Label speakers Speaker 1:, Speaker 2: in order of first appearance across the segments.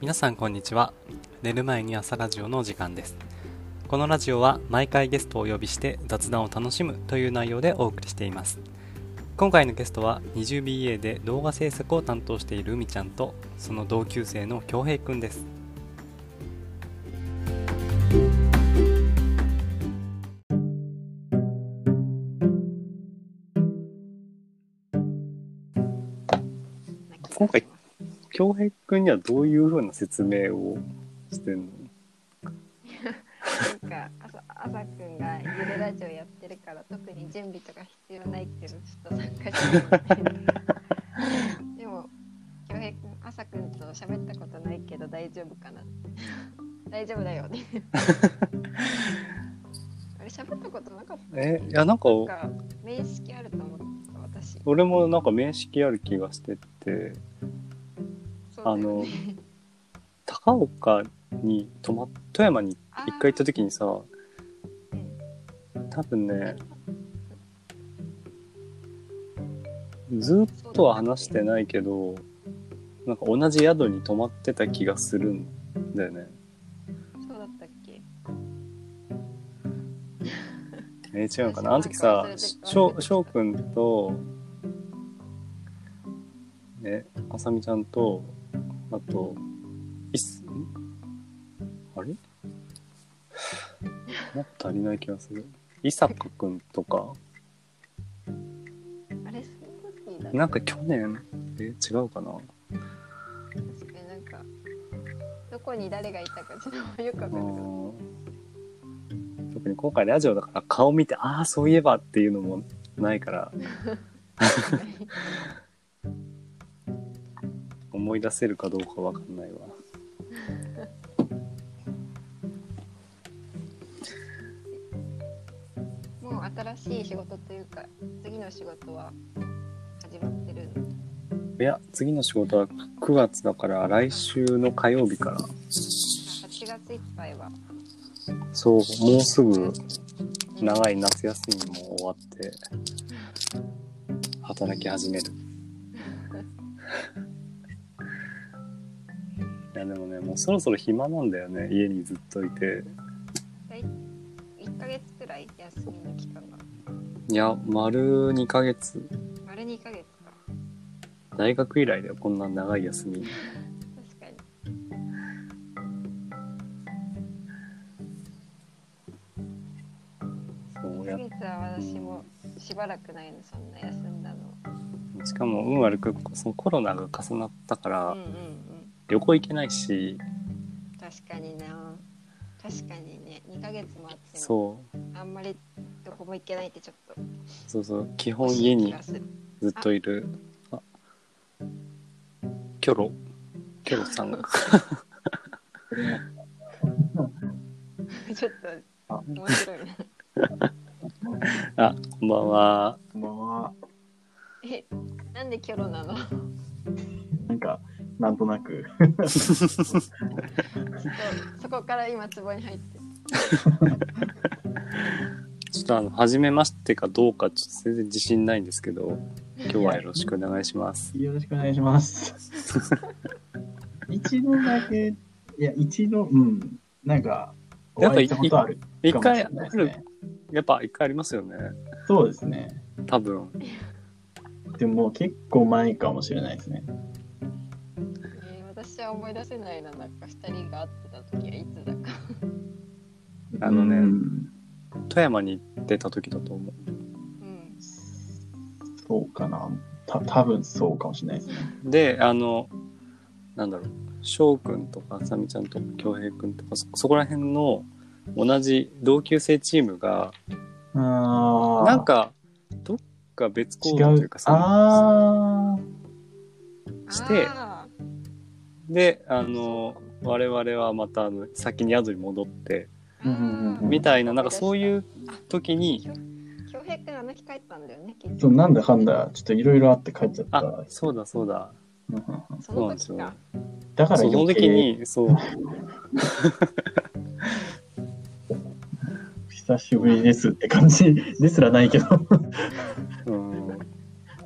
Speaker 1: 皆さんこんにちは寝る前に朝ラジオのお時間ですこのラジオは毎回ゲストをお呼びして雑談を楽しむという内容でお送りしています今回のゲストは 20BA で動画制作を担当している海ちゃんとその同級生の恭平くんです
Speaker 2: 今回恭平君にはどういうふうな説明をしてんの
Speaker 3: なんか朝朝くんがゆるラジオやってるから特に準備とか必要ないけどちょっと参加しても らってでも恭平くん朝くんと喋ったことないけど大丈夫かな大丈夫だよ ねあれ喋ったことなかった
Speaker 2: えいやなんか
Speaker 3: なんか面識あると思った私
Speaker 2: 俺もなんか面識ある気がしてて
Speaker 3: そうだ
Speaker 2: あ
Speaker 3: よね
Speaker 2: の高岡に泊まっ富山に
Speaker 3: あー
Speaker 2: 一回行った時にさ
Speaker 3: うん
Speaker 2: 多分ねずっとは話してないけどなんか同じ宿に泊まってた気がするんだよね
Speaker 3: そうだったっけ
Speaker 2: えー違うのかなあの時さ翔翔くんとねあさみちゃんとあといっすんあれ もっと足りない気がする伊坂くんとか
Speaker 3: あれその時だった
Speaker 2: なんか去年えー違うかな
Speaker 3: 確かになんかどこに誰がいたかちょっとよくわか
Speaker 2: うん
Speaker 3: ない
Speaker 2: ん特に今回ラジオだから顔見てああそういえばっていうのもないから思い出せるかどうかわかんないわ。
Speaker 3: もう新しい仕事というか次の仕事は始まってるの
Speaker 2: いや、次の仕事は9月だから、来週の火曜日から。
Speaker 3: 8月いっぱいは
Speaker 2: そう、もうすぐ
Speaker 3: うん
Speaker 2: 長い夏休みも終わって、働き始める。 いや、でもね、もうそろそろ暇なんだよね、家にずっといて。
Speaker 3: 大1ヶ月くらい休みの期間が
Speaker 2: いや、丸2ヶ月。
Speaker 3: 丸2ヶ月か
Speaker 2: 大学以来だよ、こんな長い休み。
Speaker 3: 確かに
Speaker 2: そうや
Speaker 3: 1ヶ月は私もしばらくないのそんな休んだの
Speaker 2: しかも、運悪く、そのコロナが重なったか
Speaker 3: うん
Speaker 2: ら、
Speaker 3: うんうん
Speaker 2: 旅行行けないし、
Speaker 3: 確かにな確かにね2ヶ月もあっても
Speaker 2: そう、
Speaker 3: あんまりどこも行けないってちょっと
Speaker 2: そうそう基本
Speaker 3: 欲し
Speaker 2: 家
Speaker 3: い気
Speaker 2: に
Speaker 3: がする
Speaker 2: ずっといるあキョロキョロさ んが
Speaker 3: ちょっと面 白いな。
Speaker 2: あこんばんは
Speaker 4: こんばんは。
Speaker 3: え、なんでキョロなの？ちょっ
Speaker 4: なんか、なんとなく。
Speaker 3: とそこから今壺に入って。
Speaker 2: ちょっとあの初めましてかどうかちょっと全然自信ないんですけど今日はよろしくお願いします
Speaker 4: よろしくお願いします。一度だけ、いや、一度、うん、なんか、お
Speaker 2: やっぱ
Speaker 4: 会いしたことある
Speaker 2: 一
Speaker 4: かもし
Speaker 2: 回
Speaker 4: れ
Speaker 2: あ
Speaker 4: ないです
Speaker 2: る
Speaker 4: ね。
Speaker 2: やっぱ一回ありますよね
Speaker 4: そうですね。
Speaker 2: 多分
Speaker 4: でも、もう結構前かもしれないですね。
Speaker 3: えー私は思い出せないな。なんか二人が会ってた時はいつだか。
Speaker 2: あのね
Speaker 4: うん
Speaker 2: 富山に行ってた時だと思う
Speaker 3: うん。
Speaker 4: そうかな。た多分そうかもしれないですね。
Speaker 2: であのなんだろう翔くんとかあさみちゃんとか恭平くんとかそそこら辺の同じ同級生チームが
Speaker 4: あー
Speaker 2: なん、かどっか別行
Speaker 4: 違
Speaker 2: 動という
Speaker 4: う
Speaker 2: か。さ
Speaker 4: あ
Speaker 2: して
Speaker 3: あ
Speaker 2: であの我々はまたあの先に宿に戻って
Speaker 3: ー。
Speaker 4: うんうんうん
Speaker 2: みたいななんかそういうう時に
Speaker 3: 恭平くんあの日帰ったんだよね。きっ
Speaker 4: ー
Speaker 3: と
Speaker 4: そうなんだかんだ、ちょっといろいろあって帰っちゃった。
Speaker 2: あそうだそうだ
Speaker 4: うんうんう
Speaker 3: その
Speaker 4: ん
Speaker 3: 時
Speaker 2: そうなん
Speaker 3: か
Speaker 2: で。
Speaker 4: だから
Speaker 2: その
Speaker 4: 余
Speaker 2: 時
Speaker 4: 計
Speaker 2: にそう
Speaker 4: 久しぶりですって感じ ですらないけど
Speaker 2: うん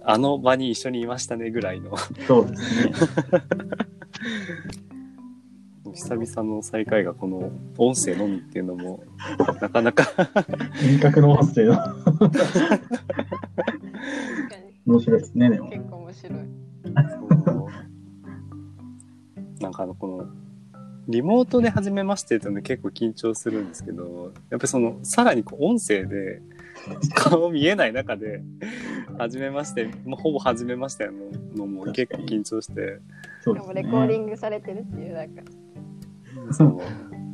Speaker 2: あの場に一緒にいましたねぐらいの
Speaker 4: そうですね
Speaker 2: 久々の再会がこの音声のみっていうのも、なかなか
Speaker 4: 遠隔の音声の
Speaker 3: 確かに
Speaker 4: 面白いですね、でも。
Speaker 3: 結構面白い。
Speaker 2: なんかあの、この、リモートで初めましてっていうので結構緊張するんですけど、やっぱりその、さらにこう音声で、顔見えない中で、初めまして、まあ、ほぼ初めましてののも結構緊張して、
Speaker 4: そう
Speaker 3: で
Speaker 4: です
Speaker 3: も
Speaker 4: ね
Speaker 3: レコ。ーディングされてるっていうなんか
Speaker 2: その、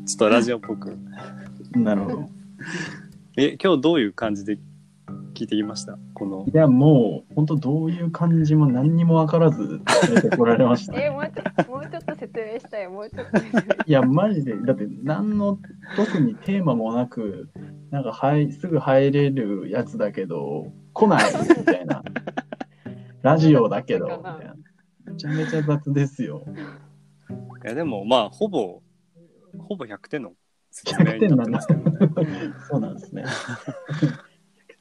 Speaker 2: ちょっとラジオっぽく、
Speaker 4: なるほど。
Speaker 2: え、今日どういう感じで聞いてきましたこの、
Speaker 4: いや、もう、本当どういう感じも何にも分からず、出てこられま した。
Speaker 3: えもうちょっともうちょっと説明したいもうちょっと説明
Speaker 4: いや、マジで、だって、何の特にテーマもなく、なんか、はい、すぐ入れるやつだけど、来ないみたいな。ラジオだけど、みたいな。めちゃめちゃ雑ですよ。
Speaker 2: いやでもまあほぼほぼ100点の説明になってますけどね。
Speaker 4: そうなんですね。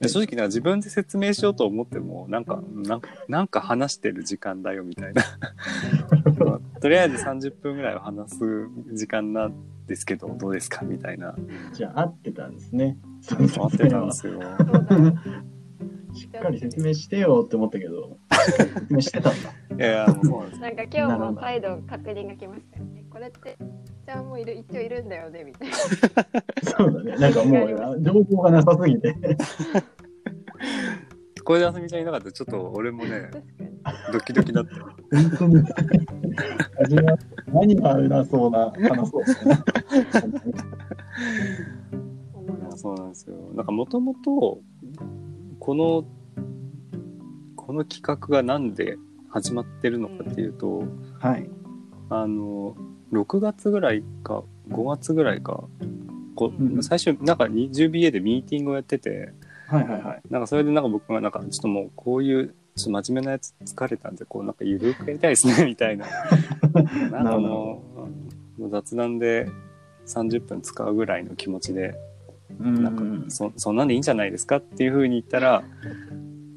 Speaker 2: で正直な自分で説明しようと思ってもなんかなんかなんか話してる時間だよみたいな、まあとりあえず30分ぐらいは話す時間なんですけどどうですかみたいな
Speaker 4: じゃあ、合ってたんですね。そ
Speaker 2: 思ってたんですよ。
Speaker 3: そうだね
Speaker 4: しっかり説明してよって思ったけど、しっかり説明してたんだ。
Speaker 2: いやいやもうそうなんですよ
Speaker 3: なんか今日も再度確認が来ましたよねこれってじゃあもういる一応いるんだよねみたいな
Speaker 4: そうだね。なんかもう、情報がなさすぎて。
Speaker 2: これであさみちゃんいなかったらちょっと俺もね
Speaker 3: 確かに
Speaker 2: ドキドキだった。
Speaker 4: 本当に。味は何がうなそうな、話そうですね。
Speaker 3: おもろ
Speaker 2: いや
Speaker 3: い
Speaker 2: そうなんですよなんかもともとこのこの企画がなんで始まってるのかっていうと、
Speaker 4: はい。
Speaker 2: あの6月ぐらいか5月ぐらいかこ
Speaker 4: うん
Speaker 2: 最初なんか 20BA でミーティングをやってて
Speaker 4: はいはいはい。
Speaker 2: なんかそれでなんか僕がなんかちょっともうこういうちょっと真面目なやつ疲れたんでこうなんかゆるくやりたいですね みた いななんかもうもう雑談で30分使うぐらいの気持ちで
Speaker 4: うん
Speaker 2: なんかそそんなんでいいんじゃないですかっていうふうに言ったら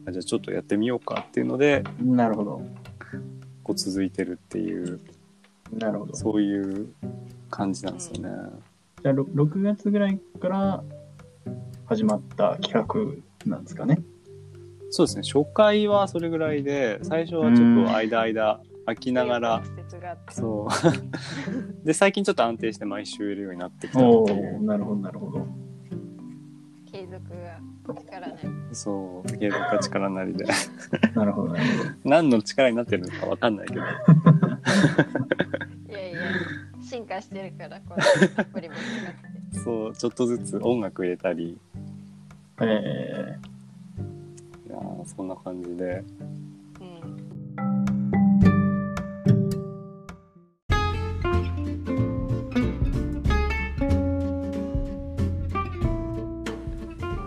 Speaker 2: あじゃあちょっとやってみようかっていうので
Speaker 4: なるほど。
Speaker 2: こう続いてるっていう
Speaker 4: なるほど。じ
Speaker 2: そういう感じなんですよね。
Speaker 4: ゃあ、ろ6月ぐらいから始まった企画なんですかね。
Speaker 2: そうですね初回はそれぐらいで最初はちょっと間間空きながら
Speaker 3: っていう直接があって
Speaker 2: そう で最近ちょっと安定して毎週いるようになってきたっていう
Speaker 4: お、なるほど、なるほど。
Speaker 3: 継続が力ね
Speaker 2: そう芸能か力なりで
Speaker 4: なるほど、なるほど。
Speaker 2: 何の力になってるのかわかんないけど
Speaker 3: いやいや進化してるからこれアプリも使って
Speaker 2: そうちょっとずつ音楽入れたり
Speaker 4: え
Speaker 2: いやーそんな感じで
Speaker 3: うん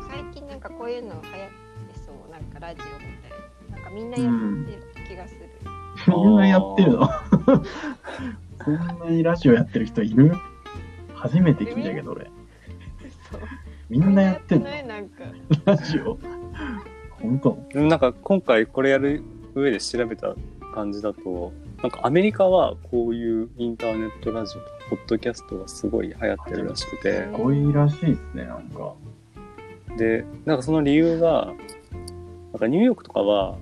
Speaker 3: 最近なんかこういうの流行ってそうなんかラジオみたいななんかみんなやってる気がする、
Speaker 4: ー、 みんなやってるの そんなにラジオやってる人いる初めて聞いたけど、俺。
Speaker 3: そう
Speaker 4: みんなやってんの
Speaker 3: ないなんか
Speaker 4: ラジオ 本当
Speaker 2: でもなんか今回これやる上で調べた感じだとなんかアメリカはこういうインターネットラジオポッドキャストがすごい流行ってるらしくて
Speaker 4: すごいらしいですね、なんか。
Speaker 2: でなんかその理由がなんかニューヨークとかは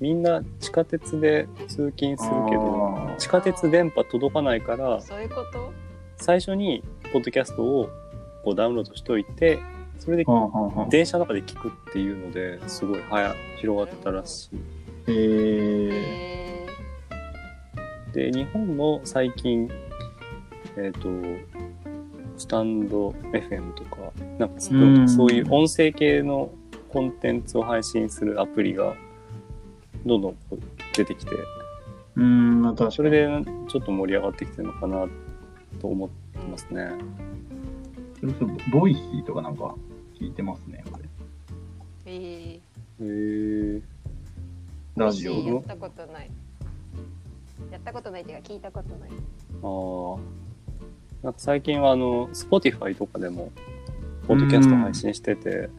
Speaker 2: みんな地下鉄で通勤するけど
Speaker 4: あ
Speaker 2: 地下鉄電波届かないから
Speaker 3: そういうこと
Speaker 2: 最初にポッドキャストをこうダウンロードしておいてそれで
Speaker 4: ーはあはあはあ
Speaker 2: 電車の中で聞くっていうのですごいはや広がったらしい。
Speaker 4: えー、
Speaker 3: え
Speaker 2: で日本も最近えっ、とスタンド FM とかなんかそう
Speaker 4: うん
Speaker 2: そういう音声系のコンテンツを配信するアプリがどんどんこう出てきて
Speaker 4: うーん、まあ確かに
Speaker 2: それでちょっと盛り上がってきてるのかなと思って
Speaker 3: ー
Speaker 2: ますね。
Speaker 4: それこそボイシーとかなんか聞いてますね、これ
Speaker 3: え
Speaker 2: へー
Speaker 3: ー、
Speaker 4: ラジオ
Speaker 3: やっ
Speaker 4: の。
Speaker 3: たことないやったことないっていうか聞いたことない
Speaker 2: あーなんか最近はあの Spotify とかでもポッドキャスト配信してて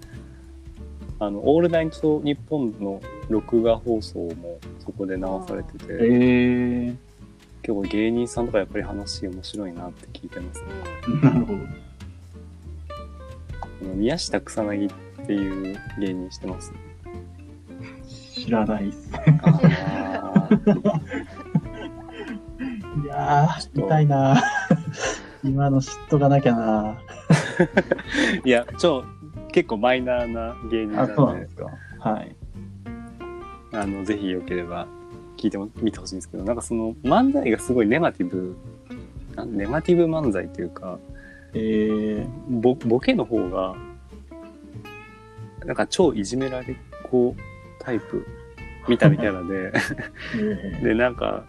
Speaker 2: 「あのオールナイトニッポン」の録画放送もそこで流されてて
Speaker 4: えー、
Speaker 2: 結構芸人さんとかやっぱり話面白いなって聞いてますね。
Speaker 4: なるほど。
Speaker 2: あの宮下草薙っていう芸人して ます。
Speaker 4: 知らないっす。
Speaker 2: あー
Speaker 4: いやー、 痛いなー今の嫉妬がなきゃなー
Speaker 2: いや、超、結構マイナーな芸人な
Speaker 4: あ、そうなん
Speaker 2: ん
Speaker 4: で
Speaker 2: です
Speaker 4: か。はい。
Speaker 2: あの、ぜひよければ聞いても、見てほしいんですけど、なんかその漫才がすごいネガティブ、なんネガティブ漫才というか、
Speaker 4: えー、
Speaker 2: ボボケの方が、なんか超いじめられっ子タイプみたいなキャラで、
Speaker 4: え
Speaker 2: で なんか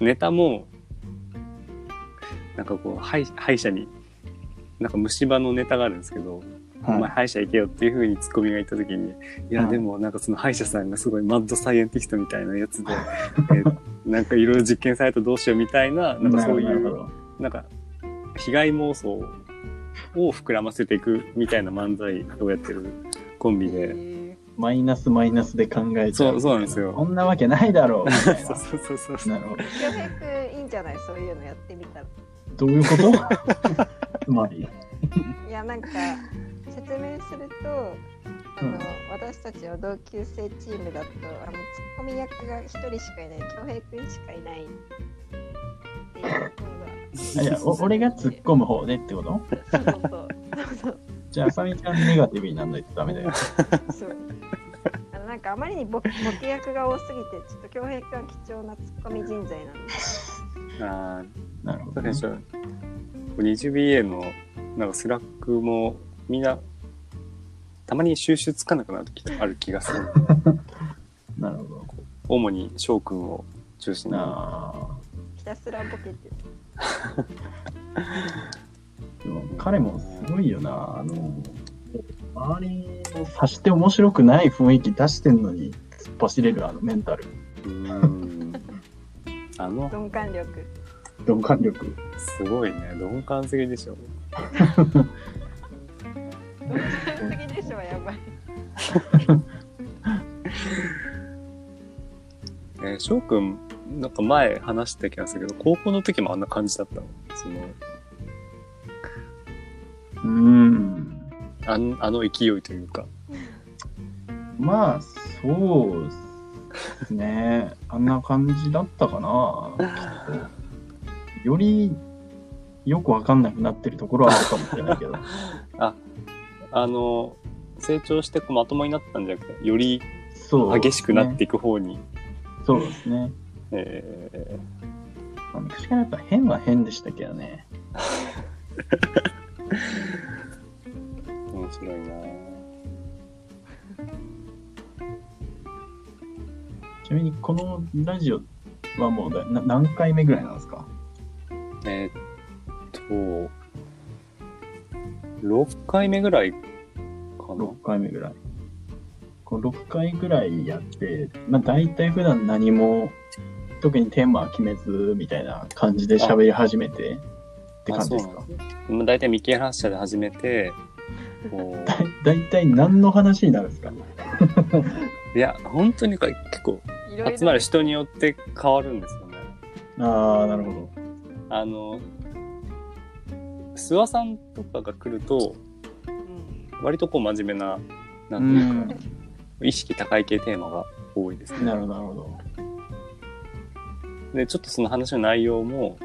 Speaker 2: ネタもなんかこう歯医歯医者になんか虫歯のネタがあるんですけど、
Speaker 4: ー、
Speaker 2: お
Speaker 4: は
Speaker 2: 前
Speaker 4: い。
Speaker 2: 歯医者行けよっていう風にツッコミが言った時にいや
Speaker 4: はい
Speaker 2: でもなんかその歯医者さんがすごいマッドサイエンティストみたいなやつで、えなんかいろいろ実験されたらどうしようみたいななんかそう
Speaker 4: なる
Speaker 2: い
Speaker 4: ほ
Speaker 2: う
Speaker 4: ど
Speaker 2: なんか被害妄想を膨らませていくみたいな漫才をやってるコンビで。
Speaker 4: マイナスマイナスで考えち
Speaker 2: そ
Speaker 4: ゃう。
Speaker 2: うそうなんですよ
Speaker 4: こんなわけないだろう。みたい
Speaker 2: そうそうそうそうそう
Speaker 4: ななるほど。
Speaker 3: 京平くんいいんじゃないそういうのやってみたら。
Speaker 4: どういうことつ まり。
Speaker 3: いやなんか説明するとあの、
Speaker 4: うん
Speaker 3: 私たちは同級生チームだとあのツッコミ役が一人しかいない恭平くんしかいないっていう
Speaker 4: あいやお俺が突っ込む方でってこと
Speaker 3: のがそうそうそう
Speaker 4: じゃあ、あさみちゃんネガティブになんないとダメだよ。
Speaker 3: そうそうあのなんかあまりにボボケ役が多すぎてちょっと恭平くんは貴重なツッコミ人材なんです
Speaker 2: あー
Speaker 4: なるほ
Speaker 2: そ
Speaker 4: ど
Speaker 2: う
Speaker 4: ね、
Speaker 2: ですね。20BA のなんかスラックもみんなたまに収集つかなくなる時ある気がする。
Speaker 4: なるほど。
Speaker 2: 主に翔くんを中心に。
Speaker 4: な
Speaker 3: ひたすらボケて
Speaker 4: あでも彼もすごいよな。あの、周りを察して面白くない雰囲気出してんのに突っ走れるあのメンタル、
Speaker 2: うーんあの、
Speaker 3: 鈍感力
Speaker 4: 鈍感力。
Speaker 2: すごいね。鈍感すぎでしょ。
Speaker 3: 鈍感すぎでしょやばい
Speaker 2: えー翔くん、なんか前話した気がするけど、高校の時もあんな感じだったの。その、
Speaker 4: うーん。
Speaker 2: あんあの勢いというか。
Speaker 4: まあ、そうっすね。あんな感じだったかな。きっとよりよくわかんなくなってるところはあるかもしれないけど。
Speaker 2: あの、成長してこうまともになったんじゃなくて、より
Speaker 4: そう、
Speaker 2: 激しくなっていく方に。
Speaker 4: そうですね。
Speaker 2: えー
Speaker 4: まあ昔からやっぱ変は変でしたけどね。
Speaker 2: 面白いな
Speaker 4: ちなみにこのラジオはもうだな何回目ぐらいなんですか
Speaker 2: えーっと6回目ぐらいかな
Speaker 4: ?6 回目ぐらい。この6回ぐらいやって、まあ大体普段何も、特にテーマは決めずみたいな感じで喋り始めてって感じです
Speaker 2: あ
Speaker 4: か
Speaker 2: そまあ大体見切り発車で始めてこう
Speaker 4: だ大体何の話になるんですか
Speaker 2: いや本当にこれ結構
Speaker 3: いろいろ
Speaker 2: 集まる人によって変わるんですよね
Speaker 4: ああ、なるほど。
Speaker 2: あの諏訪さんとかが来ると
Speaker 3: うん
Speaker 2: 割とこう真面目なな
Speaker 4: うん
Speaker 2: ていうか、
Speaker 4: ん、
Speaker 2: 意識高い系テーマが多いですね
Speaker 4: なるほど、なるほど。
Speaker 2: でちょっとその話の内容も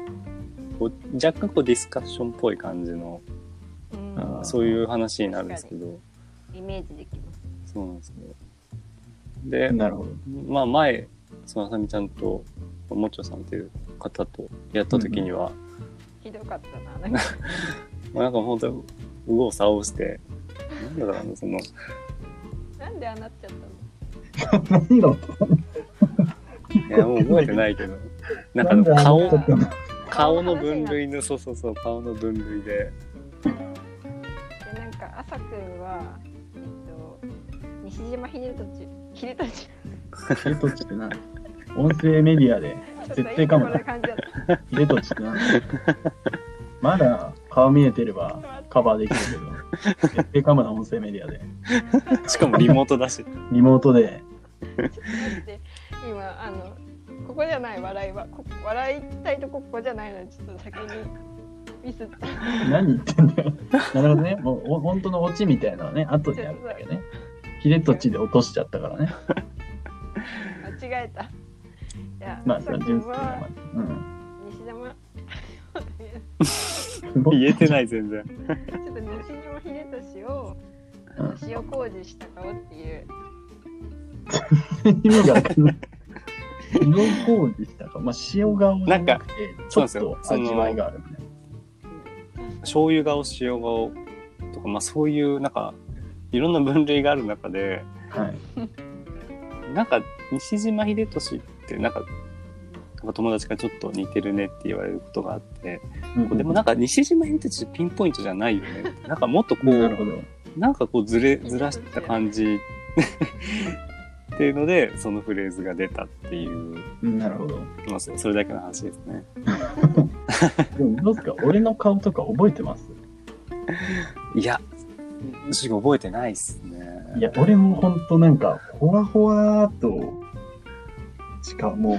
Speaker 2: こう若干こうディスカッションっぽい感じの
Speaker 3: うん
Speaker 4: あー
Speaker 2: そういう話になるんですけど
Speaker 3: イメージできます
Speaker 2: そうなんですねで
Speaker 4: なるほど。
Speaker 2: まあ前そのあさみちゃんともっちょさんという方とやった時には、
Speaker 3: ひどかったなな んか
Speaker 2: まあなんか本当に右往左往してなんだろうなその
Speaker 3: なんでああなっちゃったの
Speaker 4: 何が
Speaker 2: いやもう覚えてない けどなんかあ
Speaker 4: 何
Speaker 2: の
Speaker 4: が
Speaker 2: 顔
Speaker 4: ちょっと
Speaker 2: 顔の分類のそうそうそう顔の分類で
Speaker 3: でなんか朝くんは、えっと、西島秀俊秀俊
Speaker 4: ヒデトチって何音声メディアで。絶対かも
Speaker 3: ちょっと今こんな感じだった
Speaker 4: ヒデトチってなんだまだ顔見えてればカバーできるけど、絶対カムな音声メディアで、
Speaker 2: しかもリモートだし
Speaker 4: リモートで、
Speaker 3: 今あのここじゃない笑いはこ笑いたいとこここじゃないのでちょっと先にミスった
Speaker 4: 何言ってんだよ。なるほどね。もう、お本当のオチみたいなのはね、後にあるだけね。ヒレとチで落としちゃったからね。
Speaker 3: 間違えたいや
Speaker 4: まあ、
Speaker 3: さ
Speaker 4: そ
Speaker 3: っ
Speaker 4: れは
Speaker 3: き
Speaker 4: 純粋な
Speaker 3: は
Speaker 4: うん。
Speaker 3: 西山
Speaker 4: すごい。
Speaker 2: 言えてない全然。
Speaker 3: ちょっと西島秀俊を
Speaker 4: うん
Speaker 3: 塩麹した顔っていう
Speaker 4: 意味が わかんない。塩麹したか。まあ、塩顔じゃなくて、ちょ
Speaker 2: そう
Speaker 4: っと
Speaker 2: ですよその
Speaker 4: 味わいがあるね。
Speaker 2: 醤油顔、塩顔とか、まあそういうなんか、いろんな分類がある中で、
Speaker 4: はい。
Speaker 2: なんか西島秀俊ってなんか、なんか友達がちょっと似てるねって言われることがあって、でもなんか西島秀俊ピンポイントじゃないよね って。なんかもっとこ
Speaker 4: なる
Speaker 2: う、
Speaker 4: ほど。
Speaker 2: なんかこうずれ、ずらした感じ っていうので、そのフレーズが出たっていう、
Speaker 4: うんなるほど。
Speaker 2: まあそそれだけの話ですね。
Speaker 4: でも、どうですか俺の顔とか覚えてます
Speaker 2: いや、正直覚えてないっすね。
Speaker 4: いや、俺もほんとなんか、ほわほわーと、しかも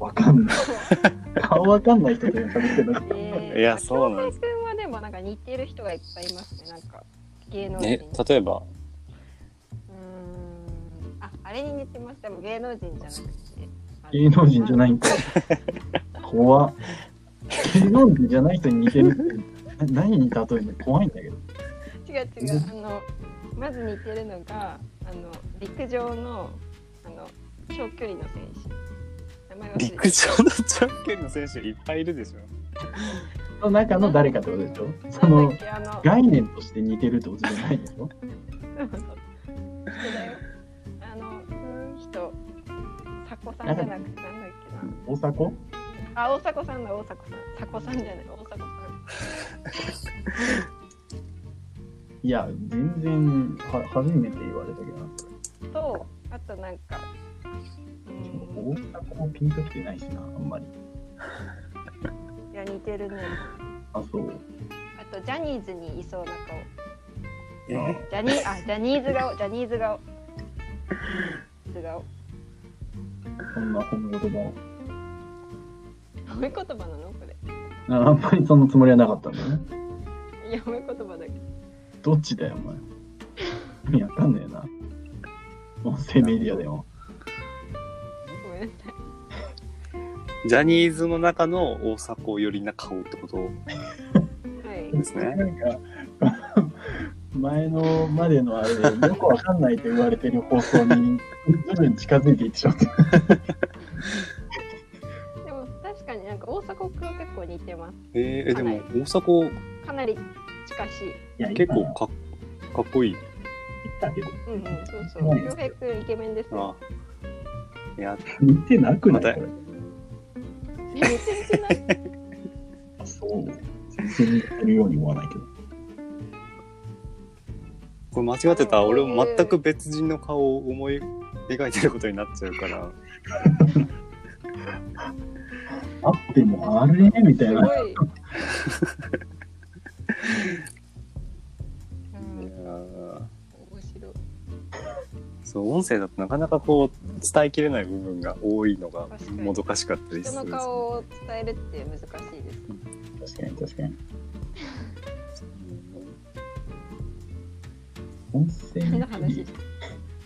Speaker 4: う、わか んない。顔わかんない人とやったけど、
Speaker 3: え
Speaker 2: いやそうなんで
Speaker 3: 京平君はでもなんか似てる人がいっぱいいますねなんか芸能人
Speaker 2: え
Speaker 3: に、
Speaker 2: 例えば、
Speaker 3: うーんああれに似てますでも芸能人じゃなくてあの
Speaker 4: 芸能人じゃないんかい。怖っ芸能人じゃない人に似てるって、な何に例えるの怖いんだけど。
Speaker 3: 違う違うあのまず似てるのがあの陸上のあの長距離の選手名前忘れ
Speaker 2: 陸上の長距離の選手いっぱいいるでしょ。
Speaker 4: その中の誰かってことでしょそ
Speaker 3: なん
Speaker 4: の
Speaker 3: だっけあの
Speaker 4: 概念として似てるってことじゃないでしょ
Speaker 3: そうそう人だよあの人迫さんじゃなくてなんだっ
Speaker 4: 大迫
Speaker 3: けなあ大迫さんだ大迫さん迫さんじゃない大迫さん
Speaker 4: いや、全然は、初めて言われたけどな。
Speaker 3: とあとなんかうー
Speaker 4: 大迫もピンときてないしな、あんまり。
Speaker 3: んいや似てるね
Speaker 4: あ、そう。
Speaker 3: あとジャニーズにいそうな顔
Speaker 2: え
Speaker 3: ジャニーあジャニーズ顔ジャニーズ顔ジャニーズ顔
Speaker 4: そんな褒め言葉を。
Speaker 3: 褒め言葉なのこれ
Speaker 4: ああんまりそのつもりはなかったんだね。
Speaker 3: いや褒め言葉だけど
Speaker 4: どっちだよ、お前。意味わかんねえな。音声メディアでも。
Speaker 3: ごめんなさい
Speaker 2: ジャニーズの中の大迫寄りな顔ってこと
Speaker 3: はい
Speaker 2: ですね。
Speaker 4: なんか、前のまでのあれで、よくわかんないと言われてる放送に、徐々に近づいていってしまった。
Speaker 3: でも確かになんか大迫くん結構似てま
Speaker 2: えーえでも大迫
Speaker 3: すかなり近しい
Speaker 4: いや
Speaker 2: 結構かっかっこいい
Speaker 4: たけど、
Speaker 3: うんうんそうそう恭平くんイケメンですね
Speaker 2: な。いや、
Speaker 4: 似てなく
Speaker 2: な
Speaker 4: ないい
Speaker 2: こ
Speaker 4: こ
Speaker 2: れ
Speaker 4: れ。
Speaker 3: 似てるじゃない
Speaker 4: そう。全然似てるように思わないけど。
Speaker 2: これ間違ってたら俺も全く別人の顔を思い描いてることになっちゃうから。
Speaker 4: あってもあれみたい
Speaker 3: す
Speaker 4: な。
Speaker 3: ごい
Speaker 2: い
Speaker 3: う
Speaker 2: や
Speaker 3: ん
Speaker 2: ー
Speaker 3: 面白い
Speaker 2: そう音声だとなかなかこう伝えきれない部分が多いのが
Speaker 3: 確かに
Speaker 2: もどかしかったりす
Speaker 3: 人
Speaker 2: るんで
Speaker 3: の
Speaker 2: す
Speaker 3: 顔
Speaker 2: よ
Speaker 3: を伝えるって難しいです
Speaker 4: 確かに確かに。音声メ
Speaker 3: 変
Speaker 4: デ
Speaker 3: な話
Speaker 4: ィア。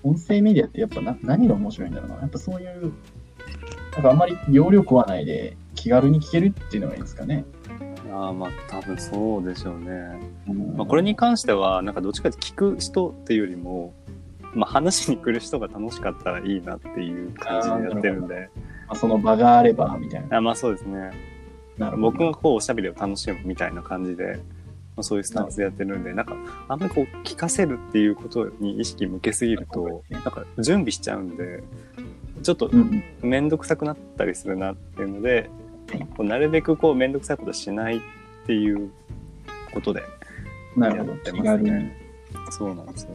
Speaker 4: 音声メディアってやっぱな何が面白いんだろうな。やっぱそういう、なんかあんまり容量食わないで気軽に聞けるっていうのがいいんですかね。
Speaker 2: ね。ああまあ多分そうでしょうね。
Speaker 4: うん
Speaker 2: まあ、これに関してはなんかどっちかというと聞く人っていうよりも、まあ、話しに来る人が楽しかったらいいなっていう感じでやってるんで
Speaker 4: まあその場があればみたいな。
Speaker 2: あまあそうですね
Speaker 4: なるほど
Speaker 2: 僕がこうおしゃべりを楽しむみたいな感じで、まあ、そういうスタンスでやってるんでなんかあんまりこう聞かせるっていうことに意識向けすぎるとなんか準備しちゃうんでちょっと
Speaker 4: うん、
Speaker 2: 面倒くさくなったりするなっていうのでこうなるべくこう面倒くさいことしないっていうことで
Speaker 4: な
Speaker 2: や
Speaker 4: るほど。
Speaker 2: って
Speaker 4: 気
Speaker 2: ます
Speaker 4: 軽に。
Speaker 2: ね。そうなんですよ。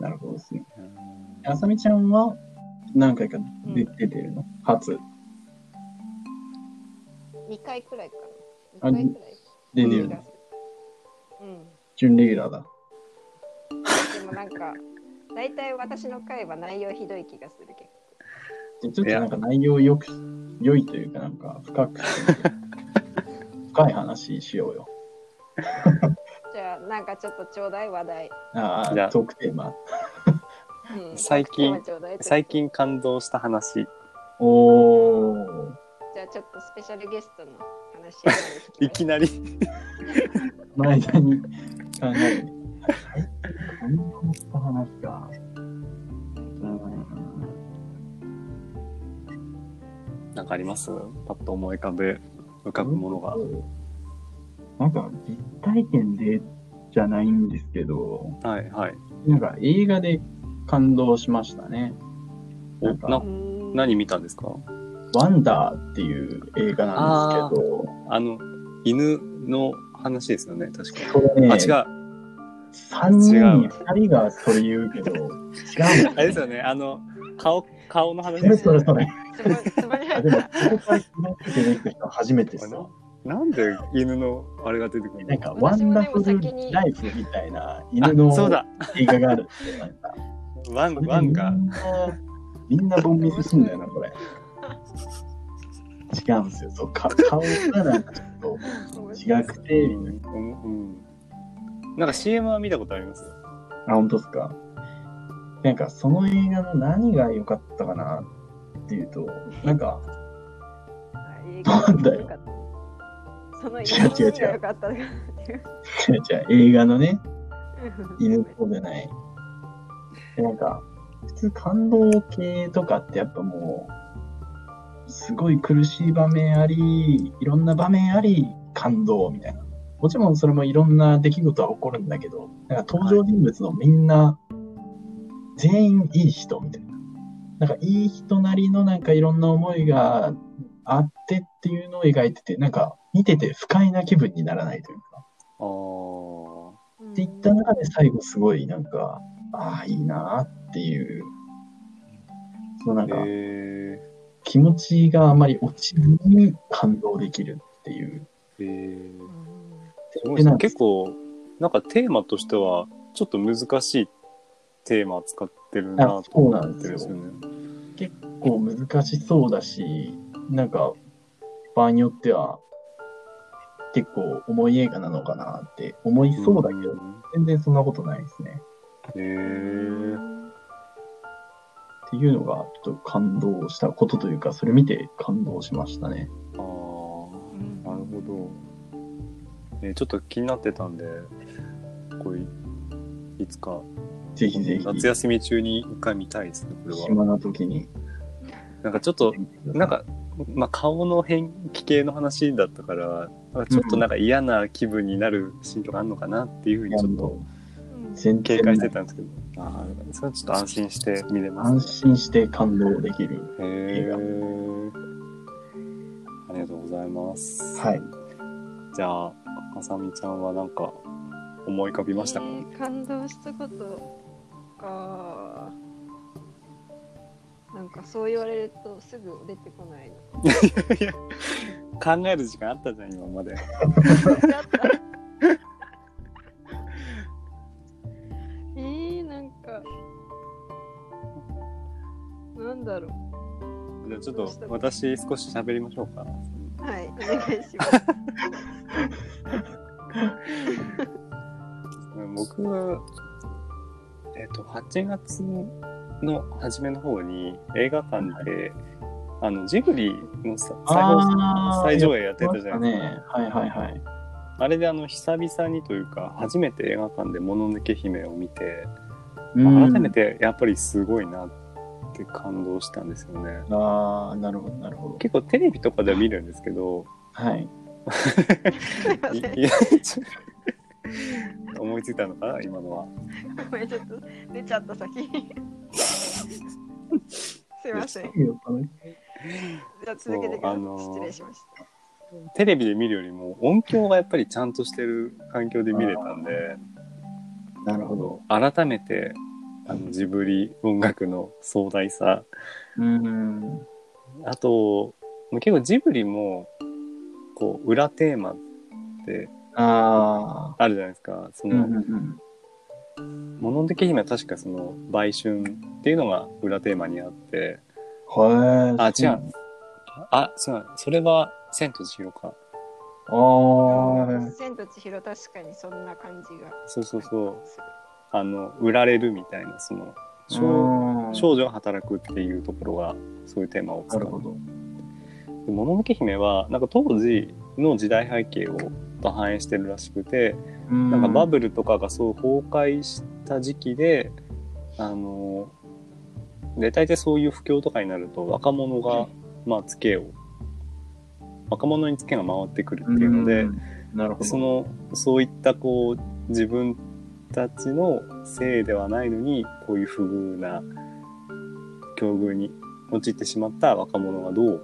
Speaker 4: なるほどですね。あさみちゃんは何回か
Speaker 3: うん
Speaker 4: 出,、出てるの初
Speaker 3: うん、2回くらいかな
Speaker 4: あ
Speaker 3: 2回くらい
Speaker 4: 出て
Speaker 2: う
Speaker 4: る
Speaker 2: ん
Speaker 4: の。
Speaker 3: ううん。
Speaker 4: 準レギュラーだ。
Speaker 3: でもなんか、大体私の回は内容ひどい気がするけど。
Speaker 4: ちょっとなんか内容よく、良いというか、なんか 深く、深い話しようよ。
Speaker 3: じゃあ、なんかちょっとちょうだい話題。
Speaker 4: あ
Speaker 2: じゃ
Speaker 4: あ、
Speaker 2: あ
Speaker 4: トークテーマ。
Speaker 3: うん
Speaker 2: 最近
Speaker 3: トークテーマちょうだい
Speaker 2: 最近感動した話。
Speaker 4: おー。
Speaker 3: じゃあちょっとスペシャルゲストの話
Speaker 2: いきなり。
Speaker 4: の間に 考える。感動した話か。うん
Speaker 2: なんかありますパッと思い浮かべ、浮かぶものが。
Speaker 4: なんか実体験でじゃないんですけど、
Speaker 2: はいはい。
Speaker 4: なんか映画で感動しましたね。
Speaker 2: お
Speaker 4: なんか
Speaker 2: な
Speaker 3: 何
Speaker 2: 何見たんですか
Speaker 4: ワンダーっていう映画なんですけど、
Speaker 2: あの、犬の話ですよね、確か。
Speaker 4: これね、
Speaker 2: あ、違う。
Speaker 4: 3人
Speaker 2: 違
Speaker 4: に2人がそれ言うけど、違う
Speaker 2: あれですよね、あの、顔、顔の話
Speaker 4: それ
Speaker 2: です
Speaker 4: そ
Speaker 2: よ
Speaker 4: れ
Speaker 2: ね
Speaker 4: それ。
Speaker 3: つぼつぼに
Speaker 4: あ
Speaker 3: 入っ
Speaker 4: でも、そこから出てきた人初めてですよ。
Speaker 2: なんで犬のあれが出てくる
Speaker 4: なん
Speaker 2: の
Speaker 4: か、ワ
Speaker 3: 私
Speaker 4: ン
Speaker 3: も
Speaker 4: ダ
Speaker 3: で
Speaker 4: フ
Speaker 3: も
Speaker 4: ル
Speaker 3: 先に
Speaker 4: ライフみたいな
Speaker 2: あ
Speaker 4: 犬の
Speaker 2: そうだ、
Speaker 4: 映画があるって、なんか、
Speaker 2: ワン、ワンが。
Speaker 4: みんなボンミスすんだよな、これ。違うんですよ、そうか顔がなんかちょっと違くて、
Speaker 2: う
Speaker 4: みたい
Speaker 2: んうんなんか CM は見たことあります
Speaker 4: なあ、本当ですか。なんか、その映画の何が良かったかなっていうと、なんか、 なんだよ。
Speaker 3: その
Speaker 4: 違う違う違う
Speaker 3: が良かったのかっていう
Speaker 4: 違う違う、映画のね、犬の方じゃない。でなんか、普通感動系とかってやっぱもう、すごい苦しい場面あり、いろんな場面あり、感動みたいな。もちろんそれもいろんな出来事は起こるんだけど、なんか登場人物のみんな、全員いい人みたいな。なんかいい人なりのなんかいろんな思いがあってっていうのを描いてて、なんか見てて不快な気分にならないというか。
Speaker 2: あー
Speaker 4: っていった中で最後すごいなんか、ああ、いいなーっていう、そのなんか
Speaker 2: へ
Speaker 4: 気持ちがあまり落ちずに感動できるっていう。
Speaker 2: えー。
Speaker 4: です
Speaker 2: ごいですね結構、なんかテーマとしては、ちょっと難しいテーマ使ってるな
Speaker 4: あ
Speaker 2: と
Speaker 4: そうな
Speaker 2: 思っ
Speaker 4: ん
Speaker 2: て
Speaker 4: で
Speaker 2: るんですす
Speaker 4: よ
Speaker 2: よね。
Speaker 4: 構難しそうだし、なんか場合によっては結構重い映画なのかなって思いそうだけど、全然そんなことないですね。
Speaker 2: へえ。
Speaker 4: っていうのがちょっと感動したことというか、それ見て感動しましたね。
Speaker 2: ああ。なるほど。えーちょっと気になってたんで、これ、いつか、
Speaker 4: ぜひぜひ、
Speaker 2: 夏休み中に一回見たいですね、これは。
Speaker 4: 暇な時に。
Speaker 2: なんかちょっと、なんか、まあ、顔の変気系の話だったから、なんかちょっとなんか嫌な気分になるシーンとかあるのかなっていうふうにちょっと
Speaker 4: 全
Speaker 2: 警戒してたんですけど、ああ、それはちょっと安心して見れます、
Speaker 4: 安
Speaker 2: ね。
Speaker 4: 心して感動できる。
Speaker 2: へえ。ありがとうございます。
Speaker 4: はい。
Speaker 2: じゃあ、あさみちゃんはなんか、思い浮かびましたか、
Speaker 3: えー感動したことかなんかそう言われるとすぐ出てこないの
Speaker 2: 考える時間あったじゃん今まで
Speaker 3: えー、なんかなんだろ
Speaker 2: じゃあちょっと私少し喋りましょうか
Speaker 3: うはいお願いします
Speaker 2: 僕えっ、と8月の初めの方に映画館で、あのジブリのさ再
Speaker 4: あー
Speaker 2: 放再上映やってたじゃないですか、
Speaker 4: ね。はいはいはい。
Speaker 2: あれであの久々にというか初めて映画館で「もののけ姫」を見て、
Speaker 4: うん
Speaker 2: 改め。てやっぱりすごいなって感動したんですよね
Speaker 4: ああ、なるほどなるほど。
Speaker 2: 結構テレビとかでは見るんですけど、
Speaker 4: はい。
Speaker 3: すいません
Speaker 2: いいや、ちょ思いついたのかな、今のは。
Speaker 3: ごめんちょっと出ちゃっ た先すいませんじゃあ続けてくださ
Speaker 2: そう
Speaker 3: い、
Speaker 2: あのー
Speaker 3: 失礼しました
Speaker 2: テレビで見るよりも、音響がやっぱりちゃんとしてる環境で見れたんで、
Speaker 4: なるほど。
Speaker 2: 改めて、あの、ジブリ音楽の壮大さ、
Speaker 4: うん。
Speaker 2: あと、結構ジブリも、こう、裏テーマって
Speaker 4: ああ。
Speaker 2: あるじゃないですか。そ
Speaker 4: うん
Speaker 2: の、
Speaker 4: うんうん。
Speaker 2: もののけ姫は確かその、売春っていうのが裏テーマにあって、
Speaker 4: はい。
Speaker 2: あ、違う。あ、そうなのそれは、千と千尋か。
Speaker 4: ああ。
Speaker 3: 千と千尋確かにそんな感じが
Speaker 2: そうそうそう。あの、売られるみたいな、その、少
Speaker 4: うん
Speaker 2: 少女が働くっていうところが、そういうテーマを
Speaker 4: な
Speaker 2: 使
Speaker 4: る
Speaker 2: う
Speaker 4: ほ。ど。
Speaker 2: でもののけ姫は、なんか当時の時代背景を反映してるらしくて、
Speaker 4: な
Speaker 2: なんかバブルとかがそう崩壊した時期で、あの、で、大体そういう不況とかになると若者が、まあ、ツケを、若者にツケが回ってくるっていうので、
Speaker 4: ん、なるほど。
Speaker 2: その、そういったこう、自分たちのせいではないのに、こういう不遇な境遇に陥ってしまった若者がどう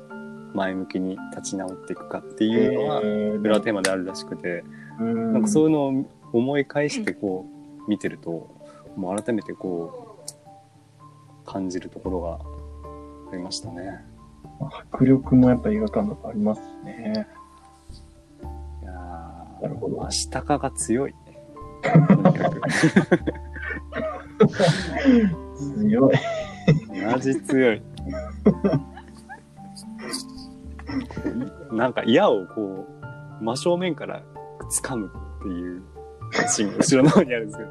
Speaker 2: 前向きに立ち直っていくかっていうのが、裏テーマであるらしくて、
Speaker 4: な
Speaker 2: なんかそう
Speaker 4: う
Speaker 2: いうのを思い返してこう見てるともう改めてこう感じるところがありましたね。
Speaker 4: 迫力もやっぱ映画館とかありますね。
Speaker 2: いやー
Speaker 4: なるほど
Speaker 2: アシタカが強い。とにかく
Speaker 4: 強い。
Speaker 2: マジ強い。なんか矢をこう真正面から掴むっていうシーンが後ろの方にあるんですけど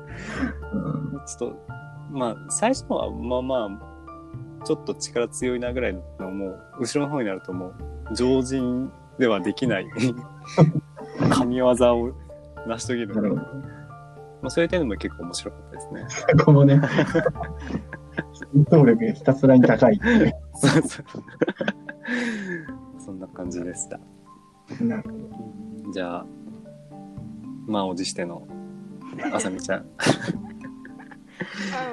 Speaker 4: うん
Speaker 2: ちょっと、まあ、最初のは、まあまあ、ちょっと力強いなぐらいだったのもう、後ろの方になるともう、常人ではできない神業を成し遂げる。
Speaker 4: なるほ
Speaker 2: まあ、そういう点でも結構面白かったですね。
Speaker 4: ど。このね、戦闘力がひたすらに高いっていう。
Speaker 2: そうそうそんな感じでした。
Speaker 4: なるほど
Speaker 2: じゃあ、満を持して の、あさみちゃん。
Speaker 3: あ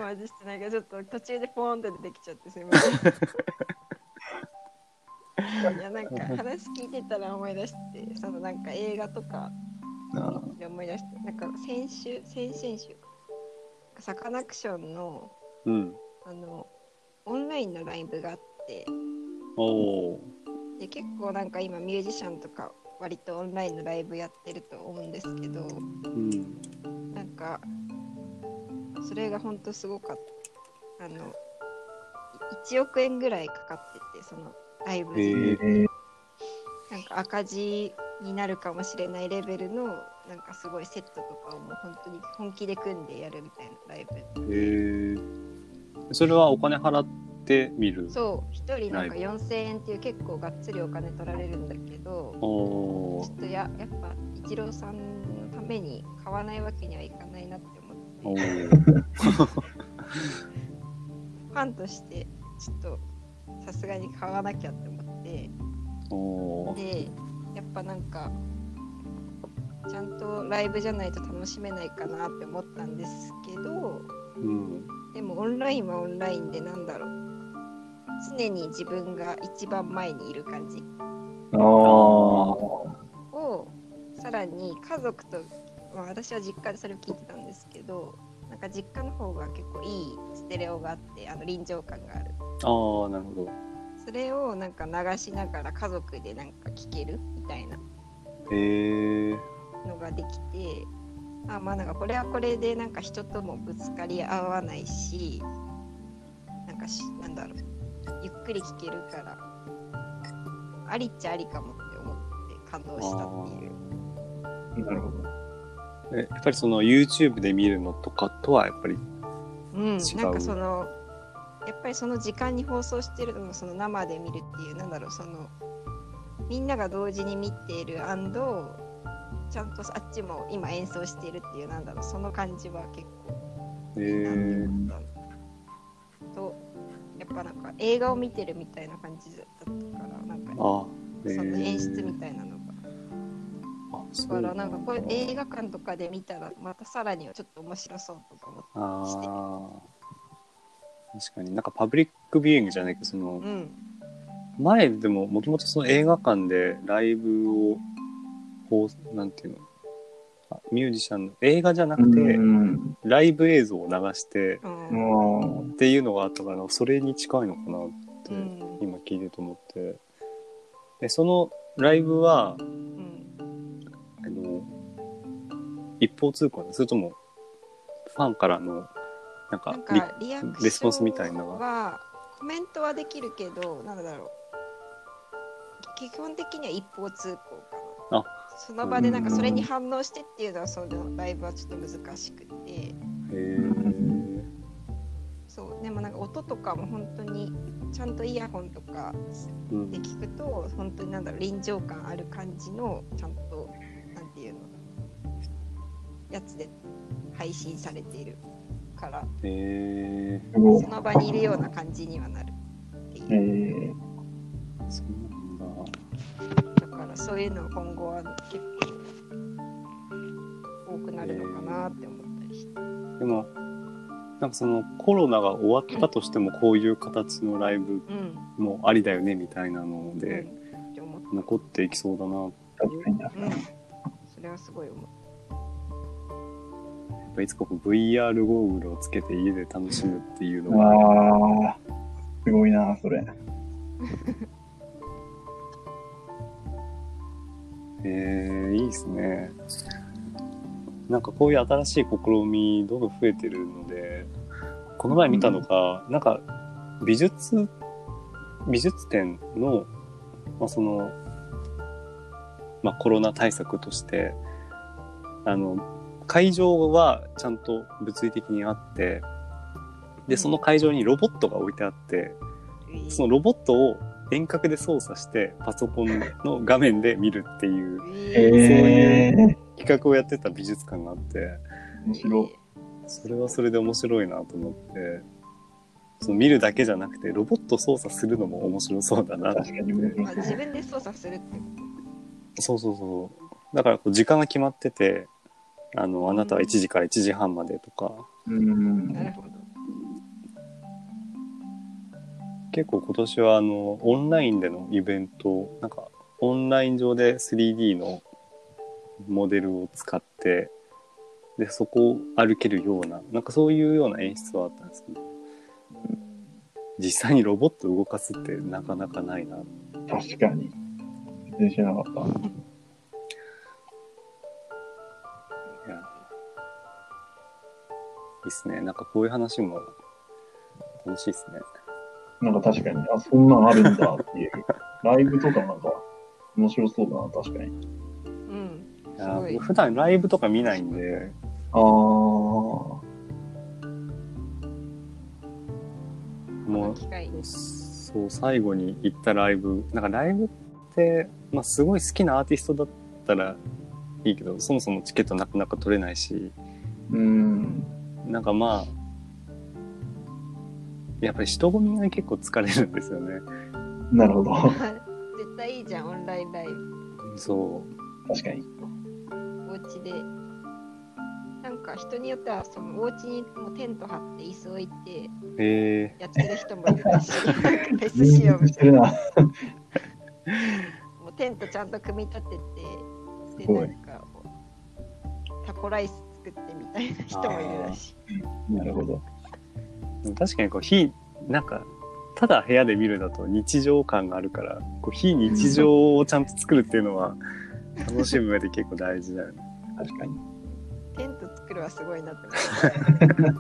Speaker 3: マジしてないけどちょっと途中でポーンと出てきちゃってすみませんいやなんか話聞いてたら思い出してそのなんか映画とか
Speaker 4: な
Speaker 3: で思い出してなんか先週先々週かサカナクションの
Speaker 2: うん。
Speaker 3: あのオンラインのライブがあって
Speaker 2: おお
Speaker 3: で結構なんか今ミュージシャンとか割とオンラインのライブやってると思うんですけど
Speaker 2: ー。うん。
Speaker 3: なんかそれが本当すごかったあの1億円ぐらいかかっててそのライブ
Speaker 2: へ
Speaker 4: え
Speaker 2: え
Speaker 3: に
Speaker 4: ー
Speaker 3: なんか赤字になるかもしれないレベルのなんかすごいセットとかをもう本当に本気で組んでやるみたいなライブ
Speaker 2: へえー。それはお金払って見る。
Speaker 3: そう1人なんか
Speaker 2: ライ
Speaker 3: 4000円っていう結構がっつりお金取られるんだけど
Speaker 2: お
Speaker 3: ちょっとややっぱイチローさんのために買わないわけにはいかないなって思
Speaker 2: お
Speaker 3: って
Speaker 2: ー
Speaker 3: ファンとしてちょっとさすがに買わなきゃって思って
Speaker 2: おー
Speaker 3: でやっぱなんかちゃんとライブじゃないと楽しめないかなって思ったんですけど
Speaker 2: うん
Speaker 3: でもオンラインはオンラインでなんだろう常に自分が一番前にいる感じ
Speaker 4: あー
Speaker 3: をさらに家族と、まあ、私は実家でそれを聞いてたんですけどなんか実家の方が結構いいステレオがあってあの臨場感がある
Speaker 2: ああなるほど
Speaker 3: それをなんか流しながら家族でなんか聴けるみたいな
Speaker 2: へえ
Speaker 3: のができてあまあなんかこれはこれでなんか人ともぶつかり合わないしなんかしなんだろうゆっくり聴けるからありっちゃありかもって思って感動したっていう。
Speaker 4: なるほど。
Speaker 2: えやっぱりその YouTube で見るのとかとはやっぱり
Speaker 3: うん、
Speaker 2: 違う
Speaker 3: なんかそのやっぱりその時間に放送してるのもその生で見るっていうなんだろうそのみんなが同時に見ている and ちゃんとあっちも今演奏しているっていうなんだろうその感じは結構
Speaker 2: へ
Speaker 3: いいなって
Speaker 2: え
Speaker 3: 思ったのとやっぱなんか映画を見てるみたいな感じだったからなんか
Speaker 2: あへえ
Speaker 3: その演出みたいなのが
Speaker 2: あそ
Speaker 3: だ
Speaker 2: う
Speaker 3: からなんかこれ映画館とかで見たらまたさらにちょっと面白そうとか思って
Speaker 2: ああ確かになんかパブリックビューイングじゃないけどその
Speaker 3: うん
Speaker 2: 前でももともとその映画館でライブをこうなんていうのあミュージシャンの映画じゃなくて
Speaker 4: うん
Speaker 2: ライブ映像を流して
Speaker 3: うん
Speaker 4: うん
Speaker 2: っていうのがあったからそれに近いのかなって
Speaker 3: うん
Speaker 2: 今聞いてと思ってでそのライブは
Speaker 3: うん
Speaker 2: あの一方通行それとも、ファンからの、なん
Speaker 3: な
Speaker 2: か
Speaker 3: ん、
Speaker 2: リ
Speaker 3: かリアクション
Speaker 2: レスポンスみたいなの
Speaker 3: はコメントはできるけどなんだろう基本的には一方通行かな
Speaker 2: あ
Speaker 3: その場でなんかそれに反応してっていうのはそのライブはちょっと難しくて
Speaker 2: へー
Speaker 3: そうでもなんか音とかも本当にちゃんとイヤホンとか
Speaker 2: うん
Speaker 3: で聞くと本当になんだろう臨場感ある感じのちゃんとなんていうのやつで配信されているから
Speaker 2: へ
Speaker 4: すごい
Speaker 3: その場にいるような感じにはなるっていう
Speaker 4: え。ー
Speaker 2: ーそうなんだ。
Speaker 3: だからそういうのは今後は結構多くなるのかなって思ったりして、
Speaker 2: でも、なんかそのコロナが終わったとしてもこういう形のライブ
Speaker 3: うん
Speaker 2: もありだよねみたいなの
Speaker 3: うん
Speaker 2: で、
Speaker 3: って思っ
Speaker 2: 残っていきそうだな。や
Speaker 4: 確かに確
Speaker 3: た、うん、それはすごい思っ
Speaker 2: っぱいつかこう VR ゴーグルをつけて家で楽しむっていうの
Speaker 4: かに
Speaker 2: は、
Speaker 4: ああすごいなそれ
Speaker 2: へえいいですね。なんかこういう新しい試みどんどん増えてるので、この前見たのが、なんか美術、美術展の、まあその、まあコロナ対策として、あの、会場はちゃんと物理的にあって、で、その会場にロボットが置いてあって、
Speaker 3: て
Speaker 2: そのロボットを遠隔で操作してパソコンの画面で見るっていう
Speaker 3: え
Speaker 4: えー、
Speaker 2: 企画をやってた美術館があって
Speaker 4: 面白い
Speaker 2: それはそれで面白いなと思ってその見るだけじゃなくてロボット操作するのも面白そうだな
Speaker 4: 確かに面白
Speaker 3: まあ、
Speaker 4: そう
Speaker 3: 自分で操作するってこ
Speaker 2: そうそうそうだからこう時間が決まっててあのあなたは1時から1時半までとか
Speaker 4: うん
Speaker 3: となるほど
Speaker 2: 結構今年はあのオンラインでのイベントなんかオンライン上で 3D のモデルを使ってでそこを歩けるようななんかそういうような演出はあったんですけど実際にロボットを動かすってなかなかないな
Speaker 4: 確かに全然知らなかった
Speaker 2: いやいいっすねなんかこういう話も楽しいですね
Speaker 4: なんか確かに、あ、そんなんあるんだっていう。ライブとかなんか、面白そうだな、確かに。
Speaker 3: うん
Speaker 2: い
Speaker 3: す
Speaker 2: や
Speaker 3: ごい
Speaker 2: 普段ライブとか見ないんで
Speaker 4: ああ、
Speaker 2: もう
Speaker 3: 機会に
Speaker 2: そう最後に行ったライブなんかライブって、まあ、すごい好きなアーティストだったらいいけどそもそもチケットなかなか取れないし
Speaker 4: うん。
Speaker 2: なんかまあやっぱり人混みが結構疲れるんですよね
Speaker 4: なるほど。
Speaker 3: 絶対いいじゃんオンラインライブ
Speaker 2: そ
Speaker 4: 確かに。
Speaker 3: お家でなんか人によってはそのお家にもうテント張って椅子置いて
Speaker 2: うへ
Speaker 3: やってる人もいるしなんかフェス
Speaker 4: 充
Speaker 3: しようみたいな
Speaker 4: 実してるな。
Speaker 3: もうテントちゃんと組み立てて、
Speaker 4: すご
Speaker 3: で、
Speaker 4: い
Speaker 3: なんか、タコライス作ってみたいな人もいるらしい。
Speaker 4: なるほど。
Speaker 2: え確かにこう非なんかただ部屋で見るだと日常感があるからこう非日常をちゃんと作るっていうのは楽しむ上で結構大事だよね
Speaker 4: 確かに。
Speaker 3: テント作るはすごいなって思っ